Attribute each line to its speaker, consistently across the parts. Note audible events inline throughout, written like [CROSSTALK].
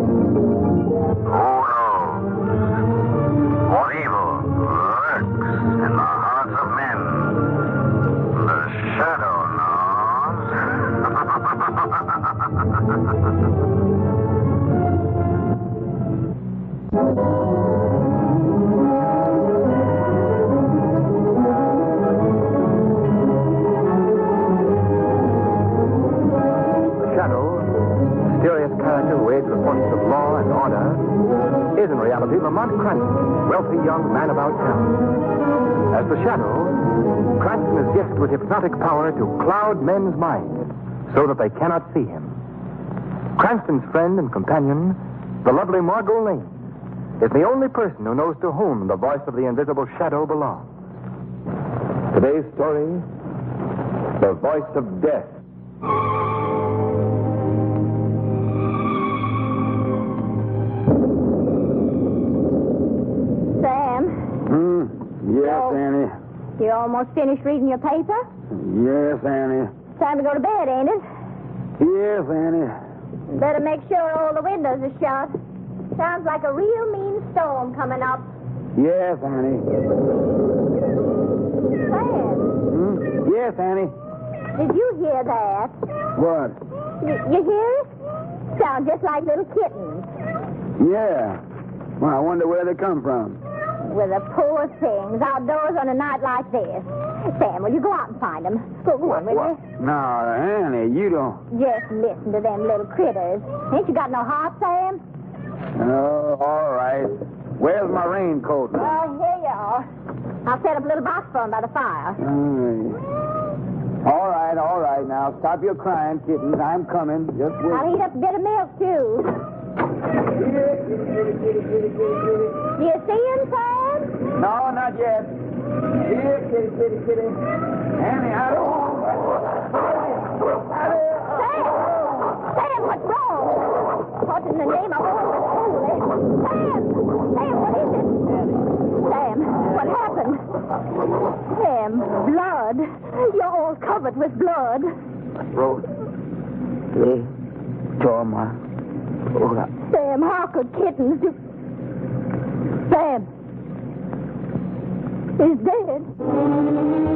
Speaker 1: Who knows? What evil lurks in the hearts of men? The shadow [LAUGHS] knows.
Speaker 2: The shadow, mysterious character who aids the forces of law and order, is in reality Lamont Cranston, wealthy young man about town. As the shadow, Cranston is gifted with hypnotic power to cloud men's minds so that they cannot see him. Cranston's friend and companion, the lovely Margot Lane, is the only person who knows to whom the voice of the invisible shadow belongs. Today's story The Voice of Death.
Speaker 3: Sam,
Speaker 4: Hmm? Yes,
Speaker 3: Oh.
Speaker 4: Annie.
Speaker 3: you almost finished reading your paper?
Speaker 4: Yes, Annie.
Speaker 3: Time to go to bed, ain't it?
Speaker 4: Yes, Annie.
Speaker 3: Better make sure all the windows are shut. Sounds like a real mean storm coming up.
Speaker 4: Yes, Annie.
Speaker 3: Sam,
Speaker 4: Hmm? Yes, Annie.
Speaker 3: did you hear that?
Speaker 4: What?
Speaker 3: Y- you hear it? Sound just like little kittens.
Speaker 4: Yeah. Well, I wonder where they come from.
Speaker 3: Well, the poor things outdoors on a night like this. Sam, will you go out and find them? Go go on, will you?
Speaker 4: Now, Annie, you don't.
Speaker 3: Just listen to them little critters. Ain't you got no heart, Sam?
Speaker 4: Oh, all right. Where's my raincoat?
Speaker 3: Well, here you are. I'll set up a little box for 'em by the fire.
Speaker 4: All right, all right. Now stop your crying, kittens. I'm coming. Just
Speaker 3: I'll
Speaker 4: wait.
Speaker 3: heat up a bit of milk, too. Do you see him, Sam?
Speaker 4: No, not yet. Here, kitty, kitty, kitty. Annie, I don't.
Speaker 3: Sam! Sam, what's wrong? What in the name of all that's holy? Sam! Sam, what is it? Sam, what happened? Sam, blood. You're all covered with blood.
Speaker 4: Road. They tore my throat out.
Speaker 3: Sam, how could kittens do... Sam is dead.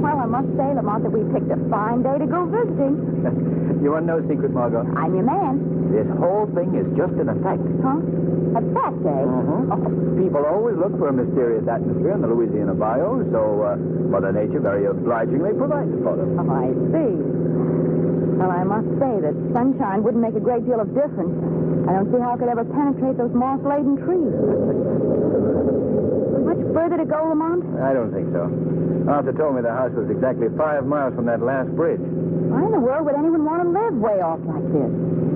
Speaker 3: Well, I must say, Lamont, that we picked a fine day to go visiting.
Speaker 2: You want no secret, Margot.
Speaker 3: I'm your man.
Speaker 2: This whole thing is just an effect.
Speaker 3: Huh? A fat day. Oh,
Speaker 2: People always look for a mysterious atmosphere in the Louisiana bio, so uh, Mother Nature very obligingly provides for them.
Speaker 3: Oh, I see. Well, I must say that sunshine wouldn't make a great deal of difference. I don't see how it could ever penetrate those moss-laden trees. Much further to go, Lamont?
Speaker 2: I don't think so. Arthur told me the house was exactly five miles from that last bridge.
Speaker 3: Why in the world would anyone want to live way off like this?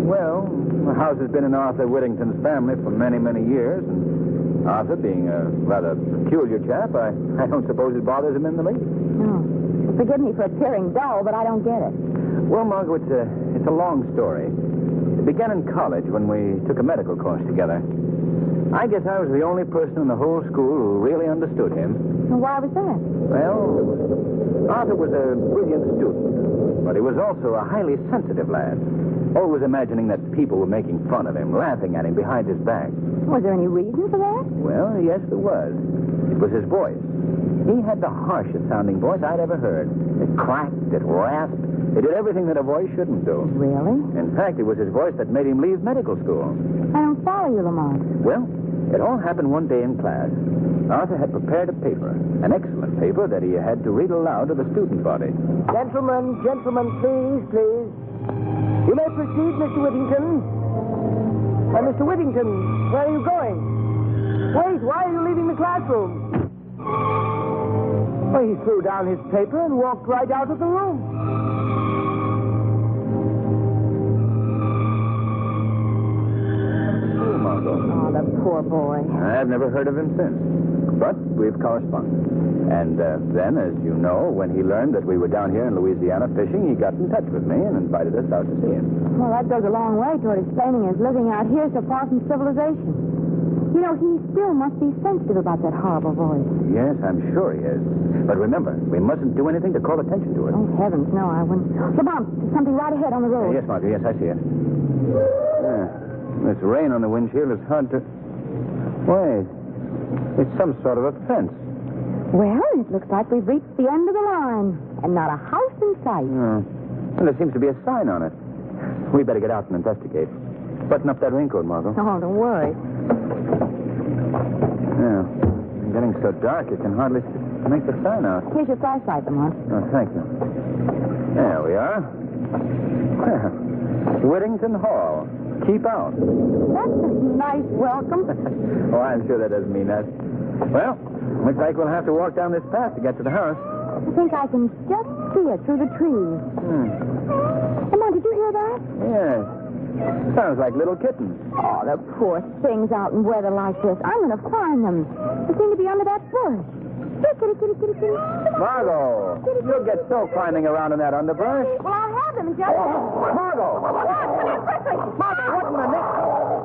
Speaker 2: Well, the house has been in Arthur Whittington's family for many, many years, and Arthur, being a rather peculiar chap, I, I don't suppose it bothers him in the least.
Speaker 3: No. Forgive me for appearing dull, but I don't get it.
Speaker 2: Well, Margot, it's a, it's a long story. It began in college when we took a medical course together. I guess I was the only person in the whole school who really understood him.
Speaker 3: And why was that?
Speaker 2: Well, Arthur was a brilliant student, but he was also a highly sensitive lad, always imagining that people were making fun of him, laughing at him behind his back.
Speaker 3: Was there any reason for that?
Speaker 2: Well, yes, there was. It was his voice. He had the harshest sounding voice I'd ever heard. It cracked, it rasped, it did everything that a voice shouldn't do.
Speaker 3: Really?
Speaker 2: In fact, it was his voice that made him leave medical school.
Speaker 3: I don't follow you, Lamont.
Speaker 2: Well, it all happened one day in class. Arthur had prepared a paper, an excellent paper that he had to read aloud to the student body.
Speaker 5: Gentlemen, gentlemen, please, please. You may proceed, Mr. Whittington. Why, Mr. Whittington, where are you going? Wait, why are you leaving the classroom? Well, he threw down his paper and walked right out of the room.
Speaker 3: Oh, Poor boy.
Speaker 2: I've never heard of him since. But we've corresponded. And uh, then, as you know, when he learned that we were down here in Louisiana fishing, he got in touch with me and invited us out to see him.
Speaker 3: Well, that goes a long way toward explaining his living out here so far from civilization. You know, he still must be sensitive about that horrible voice.
Speaker 2: Yes, I'm sure he is. But remember, we mustn't do anything to call attention to it.
Speaker 3: Oh, heavens, no, I wouldn't. The bump. There's something right ahead on the
Speaker 2: Uh,
Speaker 3: road.
Speaker 2: yes, Marjorie, yes, I see it. Yeah. This rain on the windshield is hard to. Wait. It's some sort of a fence.
Speaker 3: Well, it looks like we've reached the end of the line, and not a house in sight.
Speaker 2: Hmm. And there seems to be a sign on it. We better get out and investigate. Button up that raincoat, Margot.
Speaker 3: Oh, don't worry.
Speaker 2: Yeah. It's getting so dark you can hardly s- make the sign out.
Speaker 3: Here's your flashlight, Lamont.
Speaker 2: Oh, thank you. There we are. Well, Whittington Hall. Keep out.
Speaker 3: That's a nice welcome.
Speaker 2: oh, I'm sure that doesn't mean that. Well, looks like we'll have to walk down this path to get to the house.
Speaker 3: I think I can just see it through the trees.
Speaker 2: Hmm.
Speaker 3: Lamont, did you hear that?
Speaker 2: Yes. Sounds like little kittens.
Speaker 3: Oh, the poor things out in weather like this. I'm going to find them. They seem to be under that bush. Here, kitty, kitty, kitty, kitty. Come on.
Speaker 2: Margot, you'll get so climbing around in that underbrush.
Speaker 3: Well, I have them, Judge.
Speaker 2: Margot!
Speaker 3: Come on, come here quickly.
Speaker 2: Margot, what in the neck?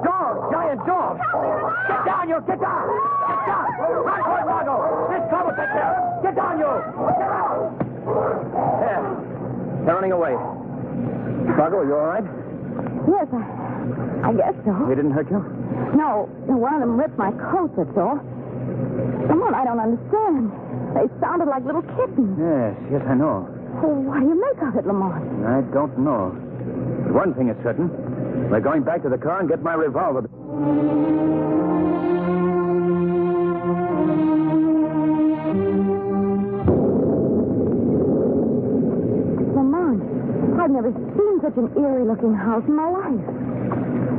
Speaker 2: Dog! Giant dog! Get down, you! Get down! Get down! Run for it, Margot! There's trouble back there! Get down, you! Get out! There. They're running away. Margot, are you all right?
Speaker 3: Yes, I, I guess so.
Speaker 2: They didn't hurt you?
Speaker 3: No, one of them ripped my coat, that's all. Come on, I don't understand. They sounded like little kittens.
Speaker 2: Yes, yes, I know.
Speaker 3: Well, what do you make of it, Lamont?
Speaker 2: I don't know. But one thing is certain. We're going back to the car and get my revolver.
Speaker 3: Lamont, I've never seen such an eerie looking house in my life.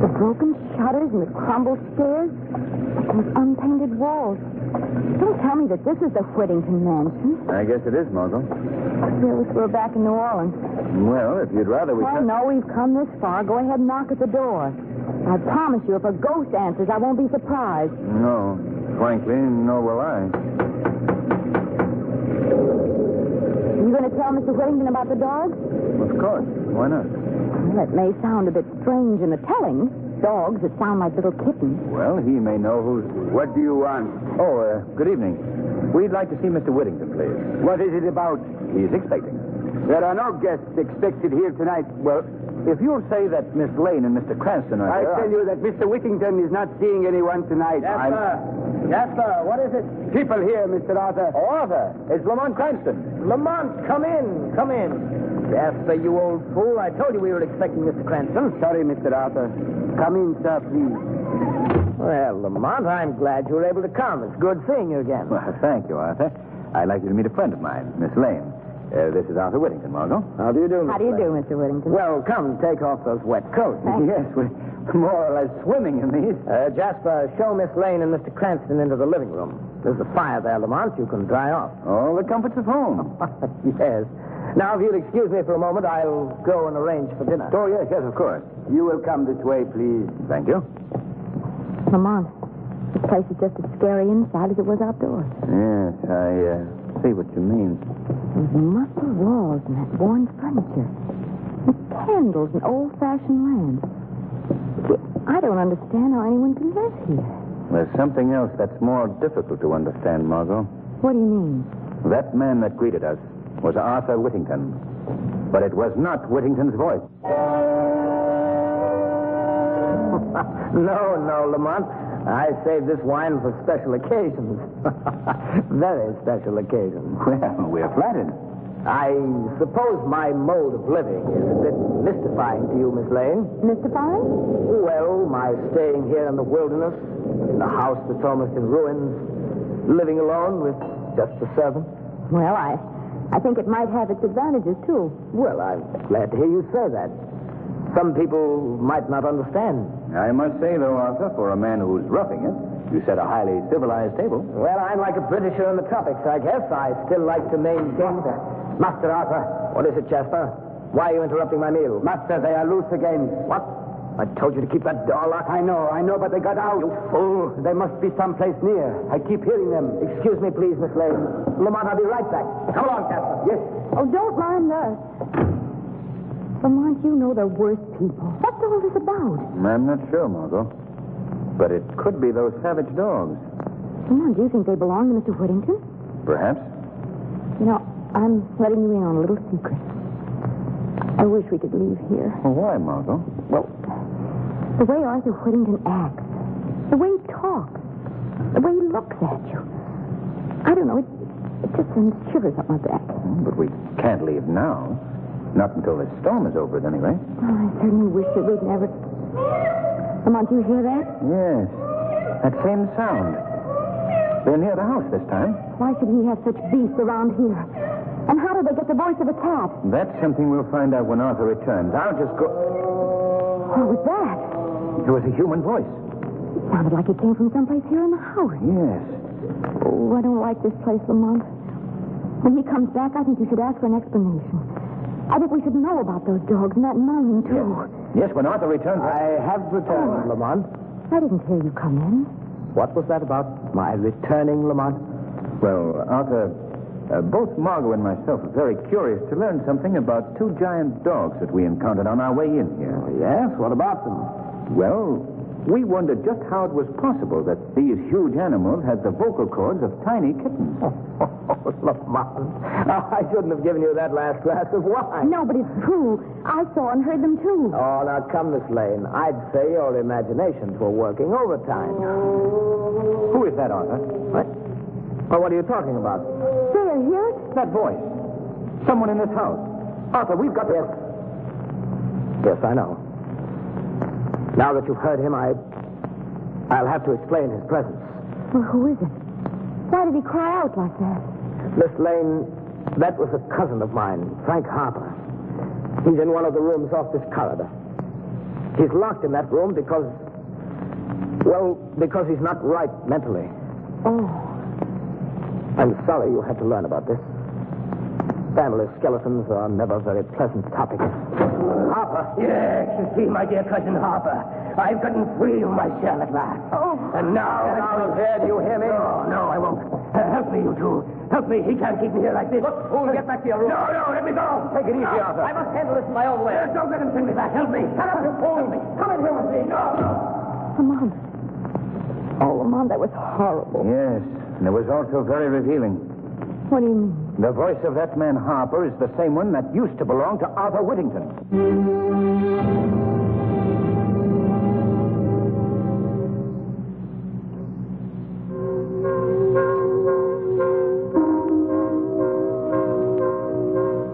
Speaker 3: The broken shutters and the crumbled stairs, those unpainted walls. Don't tell me that this is the Whittington Mansion.
Speaker 2: I guess it is, Margot.
Speaker 3: We wish we were back in New Orleans.
Speaker 2: Well, if you'd rather we...
Speaker 3: Oh, no, we've come this far. Go ahead and knock at the door. I promise you, if a ghost answers, I won't be surprised.
Speaker 2: No, frankly, nor will I.
Speaker 3: Are you going to tell Mr. Whittington about the dogs?
Speaker 2: Of course. Why not?
Speaker 3: Well, it may sound a bit strange in the telling. Dogs that sound like little kittens.
Speaker 2: Well, he may know who's. What do you want? Oh, uh, good evening. We'd like to see Mr. Whittington, please. What is it about? He's expecting. There are no guests expected here tonight. Well, if you'll say that Miss Lane and Mr. Cranston are
Speaker 6: I
Speaker 2: here,
Speaker 6: tell you that Mr. Whittington is not seeing anyone tonight.
Speaker 2: Yes,
Speaker 6: I'm-
Speaker 2: sir. Yes, sir. What is it?
Speaker 6: People here, Mr. Arthur.
Speaker 2: Oh, Arthur. It's Lamont Cranston.
Speaker 5: Lamont, come in. Come in. Yes, sir, you old fool. I told you we were expecting Mr. Cranston.
Speaker 6: Sorry, Mr. Arthur. Come in, sir, please.
Speaker 5: Well, Lamont, I'm glad you were able to come. It's good seeing you again.
Speaker 2: Well, thank you, Arthur. I'd like you to meet a friend of mine, Miss Lane. Uh, this is Arthur Whittington, Margot.
Speaker 5: How do you do,
Speaker 3: How do you do, Mr. Whittington?
Speaker 5: Well, come, take off those wet coats.
Speaker 2: Yes, we're more or less swimming in these.
Speaker 5: Uh, Jasper, show Miss Lane and Mr. Cranston into the living room. There's a fire there, Lamont. You can dry off.
Speaker 2: All the comforts of home.
Speaker 5: [LAUGHS] yes. Now, if you'll excuse me for a moment, I'll go and arrange for dinner.
Speaker 2: Oh, yes, yes, of course.
Speaker 6: You will come this way, please.
Speaker 2: Thank you.
Speaker 3: Lamont, this place is just as scary inside as it was outdoors.
Speaker 2: Yes, I uh, see what you mean.
Speaker 3: Those musty walls and that worn furniture. The candles and old-fashioned lamps. I don't understand how anyone can live here.
Speaker 2: There's something else that's more difficult to understand, Margot.
Speaker 3: What do you mean?
Speaker 2: That man that greeted us was Arthur Whittington. But it was not Whittington's voice. [LAUGHS]
Speaker 5: No, no, Lamont. I saved this wine for special
Speaker 2: [LAUGHS]
Speaker 5: occasions. Very special occasions.
Speaker 2: Well, we're flattered.
Speaker 5: I suppose my mode of living is a bit mystifying to you, Miss Lane.
Speaker 3: Mystifying?
Speaker 5: Well, my staying here in the wilderness, in a house that's almost in ruins, living alone with just a servant.
Speaker 3: Well, I, I think it might have its advantages, too.
Speaker 5: Well, I'm glad to hear you say that. Some people might not understand.
Speaker 2: I must say, though, Arthur, for a man who's roughing it, you set a highly civilized table.
Speaker 5: Well, I'm like a Britisher in the tropics, I guess. I still like to maintain that. Master Arthur. What is it, Jasper? Why are you interrupting my meal?
Speaker 6: Master, they are loose again.
Speaker 5: What?
Speaker 7: I told you to keep that door locked. I know, I know, but they got out. You fool. They must be someplace near. I keep hearing them. Excuse me, please, Miss Lane. Lamont, I'll be right back. Come along, Captain. Yes.
Speaker 3: Oh, don't mind us. Lamont, you know they're worse people. What's all this about?
Speaker 2: I'm not sure, Margot. But it could be those savage dogs.
Speaker 3: Lamont, do you think they belong to Mr. Whittington?
Speaker 2: Perhaps.
Speaker 3: You know, I'm letting you in on a little secret. I wish we could leave here.
Speaker 2: Well, why, Margot?
Speaker 3: Well, the way Arthur Whittington acts, the way he talks, the way he looks at you. I don't know. It, it just sends shivers up my back.
Speaker 2: But we can't leave now. Not until this storm is over, at any rate.
Speaker 3: Oh, I certainly wish that we'd never. Lamont, do you hear that?
Speaker 2: Yes. That same sound. They're near the house this time.
Speaker 3: Why should he have such beasts around here? And how did they get the voice of a cat?
Speaker 2: That's something we'll find out when Arthur returns. I'll just go.
Speaker 3: What was that?
Speaker 2: It was a human voice.
Speaker 3: It sounded like it came from someplace here in the house.
Speaker 2: Yes.
Speaker 3: Oh, I don't like this place, Lamont. When he comes back, I think you should ask for an explanation. I think we should know about those dogs and that moaning, too.
Speaker 2: Yes, when Arthur returns. Oh.
Speaker 7: I have returned, Lamont.
Speaker 3: I didn't hear you come in.
Speaker 7: What was that about my returning, Lamont?
Speaker 2: Well, Arthur, uh, both Margot and myself are very curious to learn something about two giant dogs that we encountered on our way in here.
Speaker 7: Oh, Yes, what about them?
Speaker 2: Well, we wondered just how it was possible that these huge animals had the vocal cords of tiny kittens.
Speaker 7: Oh, Lamont, I shouldn't have given you that last glass of wine.
Speaker 3: No, but it's true. I saw and heard them, too.
Speaker 7: Oh, now come, Miss Lane. I'd say your imaginations were working overtime.
Speaker 2: Who is that, Arthur?
Speaker 7: What? Well, what are you talking about?
Speaker 3: They are here?
Speaker 2: That voice. Someone in this house. Arthur, we've got to.
Speaker 7: Yes. Yes, I know. Now that you've heard him, I. I'll have to explain his presence.
Speaker 3: Well, who is it? Why did he cry out like that?
Speaker 7: Miss Lane, that was a cousin of mine, Frank Harper. He's in one of the rooms off this corridor. He's locked in that room because. Well, because he's not right mentally.
Speaker 3: Oh,
Speaker 7: I'm sorry you had to learn about this. Family skeletons are never very pleasant topics.
Speaker 8: Harper. Yes, you see, my dear cousin Harper. I've gotten free of my shell at last. Oh. And now.
Speaker 7: Get out of here, do you hear me?
Speaker 8: No, no, I won't. Uh, help me, you two. Help me. He can't keep me here like this. Look, fool, get back to your room. No, no, let me go.
Speaker 7: Take it easy,
Speaker 8: No,
Speaker 7: Arthur.
Speaker 8: I must handle this my own way. don't let him send me back. Help me. Shut up, you fool. Come in here with me. No, no.
Speaker 3: Lamont. Oh, Lamont, that was horrible.
Speaker 2: Yes, and it was also very revealing.
Speaker 3: What do you mean?
Speaker 2: The voice of that man Harper is the same one that used to belong to Arthur Whittington.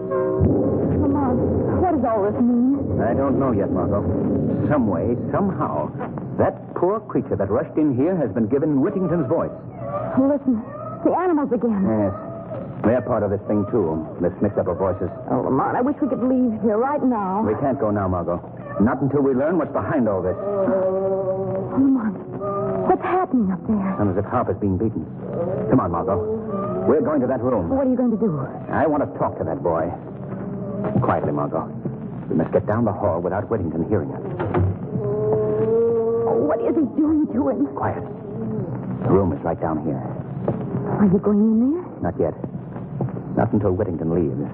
Speaker 3: Lamont, what does all this mean?
Speaker 2: I don't know yet, Margot. Some way, somehow, that poor creature that rushed in here has been given Whittington's voice.
Speaker 3: Listen, the animals again.
Speaker 2: Yes. They're part of this thing, too. This mix-up of voices.
Speaker 3: Oh, Lamont, I wish we could leave here right now.
Speaker 2: We can't go now, Margot. Not until we learn what's behind all this.
Speaker 3: Lamont, what's happening up there?
Speaker 2: Sounds as if Harper's being beaten. Come on, Margot. We're going to that room.
Speaker 3: What are you going to do?
Speaker 2: I want to talk to that boy. Quietly, Margot. We must get down the hall without Whittington hearing us.
Speaker 3: Oh, what is he doing to him?
Speaker 2: Quiet. The room is right down here.
Speaker 3: Are you going in there?
Speaker 2: Not yet. Not until Whittington leaves.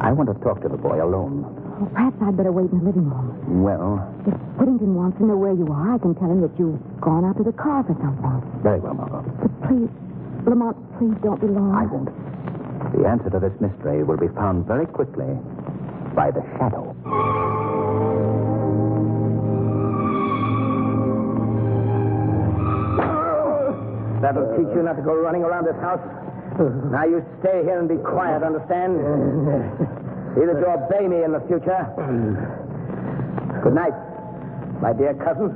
Speaker 2: I want to talk to the boy alone.
Speaker 3: Oh, perhaps I'd better wait in the living room.
Speaker 2: Well,
Speaker 3: If Whittington wants to know where you are, I can tell him that you've gone out to the car for something.
Speaker 2: very well, Margot.
Speaker 3: But please, Lamont, please don't be long.
Speaker 2: I won't. The answer to this mystery will be found very quickly by the shadow.
Speaker 7: That'll teach you not to go running around this house. Now you stay here and be quiet, understand? Either you obey me in the future. Good night, my dear cousin.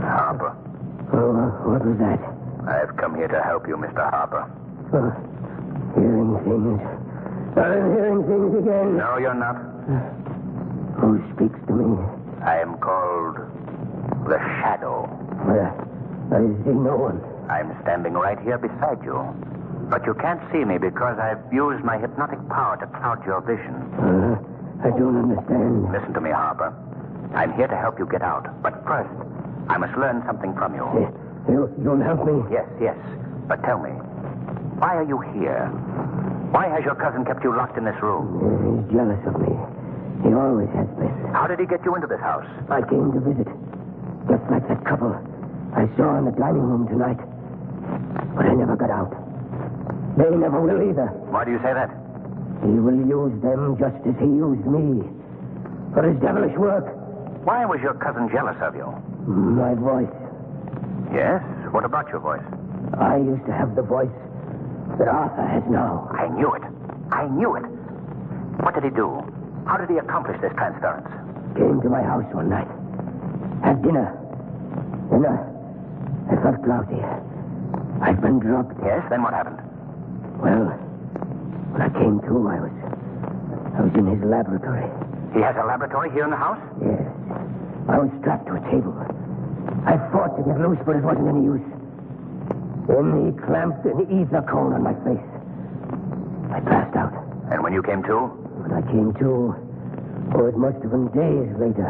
Speaker 4: Harper,
Speaker 8: Oh,
Speaker 7: what was that?
Speaker 4: I've come here to help you, Mr. Harper.
Speaker 8: Oh,
Speaker 7: hearing things. I'm hearing things again.
Speaker 4: No, you're not.
Speaker 7: Who speaks to me?
Speaker 4: I am called the Shadow.
Speaker 7: I see no one.
Speaker 4: I'm standing right here beside you. But you can't see me because I've used my hypnotic power to cloud your vision.
Speaker 7: Uh, I don't understand.
Speaker 4: Listen to me, Harper. I'm here to help you get out. But first, I must learn something from you.
Speaker 7: You, you'll help me?
Speaker 4: Yes, yes. But tell me, why are you here? Why has your cousin kept you locked in this room?
Speaker 7: Uh, he's jealous of me. He always has been.
Speaker 4: How did he get you into this house?
Speaker 7: I came to visit. Just like that couple I saw in the dining room tonight. But I never got out. They never will either.
Speaker 4: Why do you say that?
Speaker 7: He will use them just as he used me. For his devilish work.
Speaker 4: Why was your cousin jealous of you?
Speaker 7: My voice.
Speaker 4: Yes? What about your voice?
Speaker 7: I used to have the voice that Arthur has now.
Speaker 4: I knew it. I knew it. What did he do? How did he accomplish this transference?
Speaker 7: Came to my house one night. Had dinner. Then I, I felt lousy. I'd been drugged.
Speaker 4: Yes? Then what happened?
Speaker 7: Well, when I came to, I was I was in his laboratory.
Speaker 4: He has a laboratory here in the house?
Speaker 7: Yes. I was strapped to a table. I fought to get loose, but it wasn't any use. Then he clamped an ether cone on my face. I passed out.
Speaker 4: And when you came to?
Speaker 7: When I came to, oh, it must have been days later.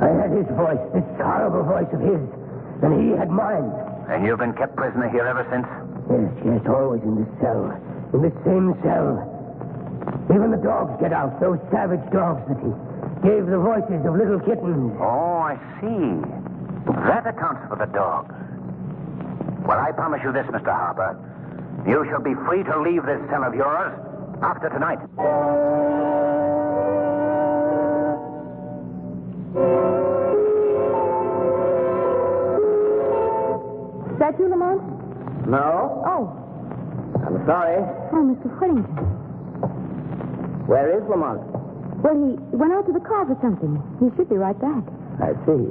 Speaker 7: I had his voice, this horrible voice of his, and he had mine.
Speaker 4: And you've been kept prisoner here ever since?
Speaker 7: Yes, yes, always in this cell. In this same cell. Even the dogs get out, those savage dogs that he gave the voices of little kittens.
Speaker 4: Oh, I see. That accounts for the dogs. Well, I promise you this, Mr. Harper. You shall be free to leave this cell of yours after tonight.
Speaker 9: Is that you, Lamont?
Speaker 7: No?
Speaker 9: Oh,
Speaker 7: I'm sorry.
Speaker 9: oh, Mr. Whittington.
Speaker 7: Where is Lamont?
Speaker 9: Well, he went out to the car for something. He should be right back.
Speaker 7: I see.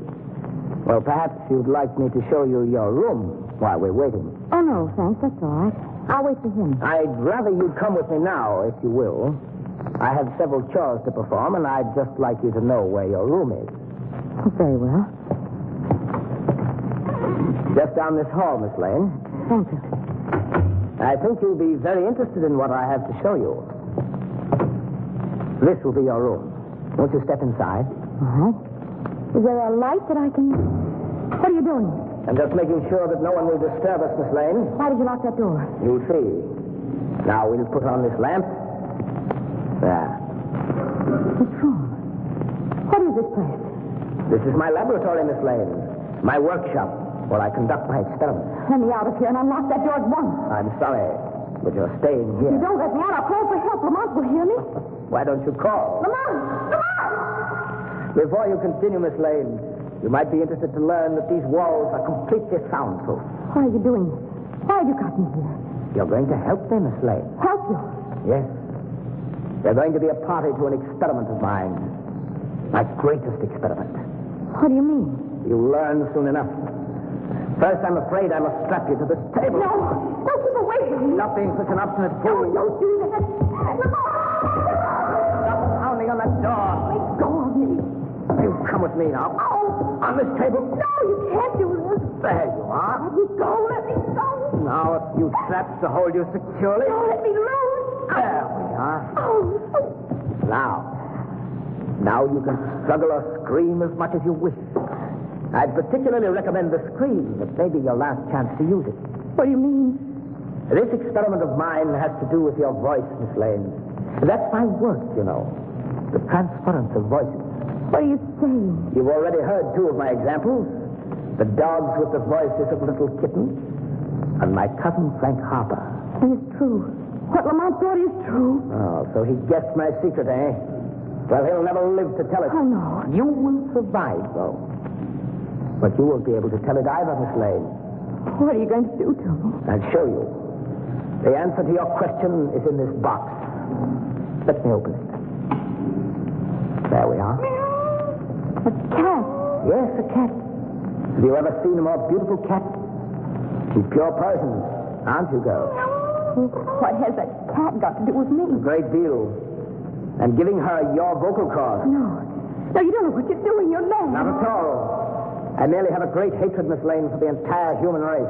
Speaker 7: Well, perhaps you'd like me to show you your room while we're waiting.
Speaker 9: Oh, no, thanks. That's all right. I'll wait for him.
Speaker 7: I'd rather you come with me now, if you will. I have several chores to perform, and I'd just like you to know where your room is.
Speaker 9: Oh, very well.
Speaker 7: Just down this hall, Miss Lane.
Speaker 9: Thank you.
Speaker 7: I think you'll be very interested in what I have to show you. This will be your room. Won't you step inside?
Speaker 9: All right. Uh-huh. Is there a light that I can. What are you doing?
Speaker 7: I'm just making sure that no one will disturb us, Miss Lane.
Speaker 9: Why did you lock that door?
Speaker 7: You'll see. Now we'll put on this lamp. There.
Speaker 9: What's wrong? What is this place?
Speaker 7: This is my laboratory, Miss Lane. My workshop, where I conduct my experiments.
Speaker 9: Let me out of here and unlock that door at once.
Speaker 7: I'm sorry, but you're staying
Speaker 9: If you
Speaker 7: here.
Speaker 9: don't let me out, I'll call for help. Lamont will hear me.
Speaker 7: Why don't you call?
Speaker 9: Lamont! Lamont!
Speaker 7: Before you continue, Miss Lane, you might be interested to learn that these walls are completely soundproof.
Speaker 9: Why are you doing this? Why have you got me here?
Speaker 7: You're going to help me, Miss Lane.
Speaker 9: Help you.
Speaker 7: Yes. You're going to be a party to an experiment of mine. My greatest experiment.
Speaker 9: What do you mean?
Speaker 7: You'll learn soon enough. First, I'm afraid I must strap you to this table.
Speaker 9: Don't keep away from me.
Speaker 7: Stop being such an obstinate fool.
Speaker 9: Don't do that. Lamont!
Speaker 7: Stop pounding on that door.
Speaker 9: Let go of me.
Speaker 7: You come with me now. On this table.
Speaker 9: No, you can't do this.
Speaker 7: There you are.
Speaker 9: Let me go. Let me go.
Speaker 7: Now, a few straps to hold you securely.
Speaker 9: Don't let me loose.
Speaker 7: There we are.
Speaker 9: Oh,
Speaker 7: Now. Now you can struggle or scream as much as you wish. I'd particularly recommend the scream, but maybe your last chance to use it.
Speaker 9: what do you mean?
Speaker 7: This experiment of mine has to do with your voice, Miss Lane. That's my work, you know. The transference of voices.
Speaker 9: What are you saying?
Speaker 7: You've already heard two of my examples. The dogs with the voices of little kittens. And my cousin Frank Harper.
Speaker 9: It's true. What Lamont thought is true.
Speaker 7: Oh, so he guessed my secret, eh? Well, he'll never live to tell it.
Speaker 9: Oh, no.
Speaker 7: You will survive, though. But you won't be able to tell it either, Miss Lane.
Speaker 9: What are you going to do to me?
Speaker 7: I'll show you. The answer to your question is in this box. Let me open it. There we are.
Speaker 9: A cat.
Speaker 7: Yes, a cat. Have you ever seen a more beautiful cat? She's pure Persian, aren't you, girl?
Speaker 9: What has that cat got to do with
Speaker 7: A
Speaker 9: me?
Speaker 7: great deal. And giving her your vocal cords.
Speaker 9: No. No, you don't know what you're doing. You're mad.
Speaker 7: Not at all. I merely have a great hatred, Miss Lane, for the entire human race.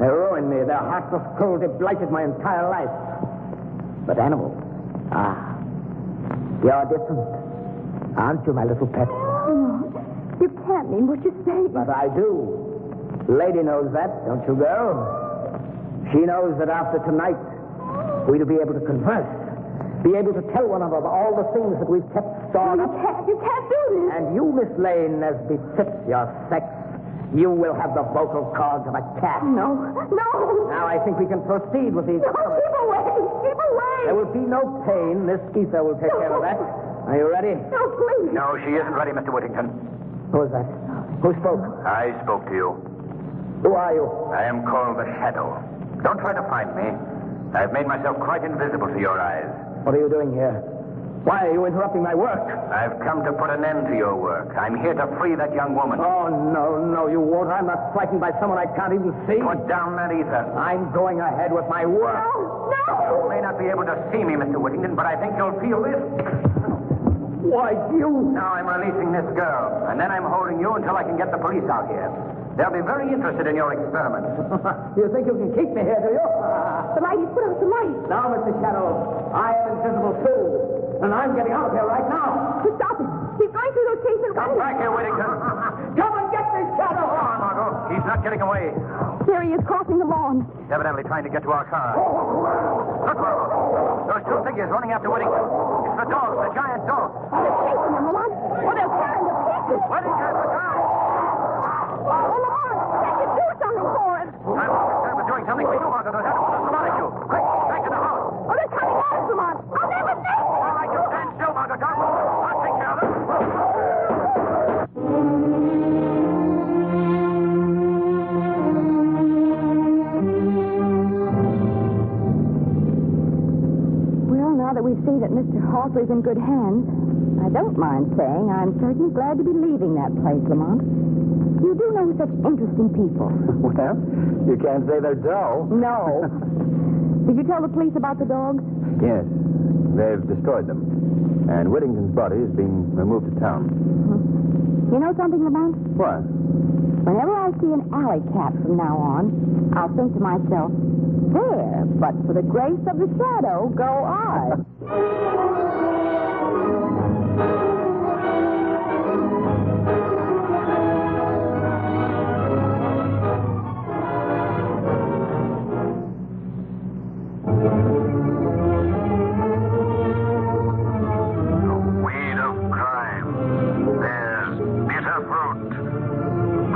Speaker 7: They ruined me. Their heartless cruelty blighted my entire life. But animals, ah, you're different. Aren't you, my little pet?
Speaker 3: Oh, you can't mean what you're saying.
Speaker 7: But I do. Lady knows that, don't you, girl? She knows that after tonight, we'll be able to converse, be able to tell one another all the things that we've kept stored
Speaker 3: you
Speaker 7: up.
Speaker 3: can't. You can't do this.
Speaker 7: And you, Miss Lane, as befits your sex, you will have the vocal cords of a cat.
Speaker 3: No, no.
Speaker 7: Now I think we can proceed with these.
Speaker 3: No, keep away. Keep away.
Speaker 7: There will be no pain. This ether will take care of that. Are you ready?
Speaker 3: No, please.
Speaker 4: No, she isn't ready, Mr. Whittington.
Speaker 7: Who is that? Who spoke?
Speaker 4: I spoke to you.
Speaker 7: Who are you?
Speaker 4: I am called the Shadow. Don't try to find me. I've made myself quite invisible to your eyes.
Speaker 7: What are you doing here? Why are you interrupting my work?
Speaker 4: I've come to put an end to your work. I'm here to free that young woman.
Speaker 7: Oh, no, no, you won't. I'm not frightened by someone I can't even see.
Speaker 4: Put down that ether.
Speaker 7: I'm going ahead with my work.
Speaker 4: You may not be able to see me, Mr. Whittington, but I think you'll feel this.
Speaker 7: Why, you.
Speaker 4: Now I'm releasing this girl, and then I'm holding you until I can get the police out here. They'll be very interested in your experiments.
Speaker 7: [LAUGHS] you think you can keep me here, do you?
Speaker 3: The light is put out the light.
Speaker 7: Now, Mr. Shadow, I am invisible too. And I'm getting out here right now.
Speaker 3: Just Stop it. He's going through those cases.
Speaker 4: Come back here, [LAUGHS] Whittington.
Speaker 7: Come and get this shadow
Speaker 4: Come on, Margot. He's not getting away.
Speaker 3: There he is crossing the lawn.
Speaker 4: He's evidently trying to get to our car. Look, Margot. Those two figures running after Whittington. It's the dog, the giant dog.
Speaker 3: They're chasing him, Milan. Oh, they're tearing the pieces.
Speaker 4: Whittington, the dog.
Speaker 3: Oh, Milan, can't you do something for him?
Speaker 4: I'm not concerned with doing something for you, Margot. Those animals are following you. Quick, back to the house.
Speaker 3: Oh, they're coming at us, Milan. I'll never take
Speaker 4: All right, you stand still, Margot. Don't move. I'll take care of them.
Speaker 3: Well, now that we see that Mr. Hawley's in good hands, I don't mind saying I'm certainly glad to be leaving that place, Lamont. You do know such interesting people.
Speaker 10: Well, you can't say they're dull.
Speaker 3: No. [LAUGHS] Did you tell the police about the dogs?
Speaker 2: Yes. They've destroyed them. And Whittington's body is being removed to town.
Speaker 3: You know something, Lamont?
Speaker 2: What?
Speaker 3: Whenever I see an alley cat from now on, I'll think to myself, there, but for the grace of the shadow, go I.
Speaker 4: The weed of crime. There's bitter fruit.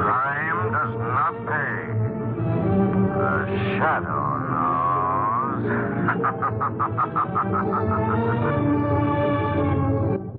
Speaker 4: Crime does not pay. The shadow knows.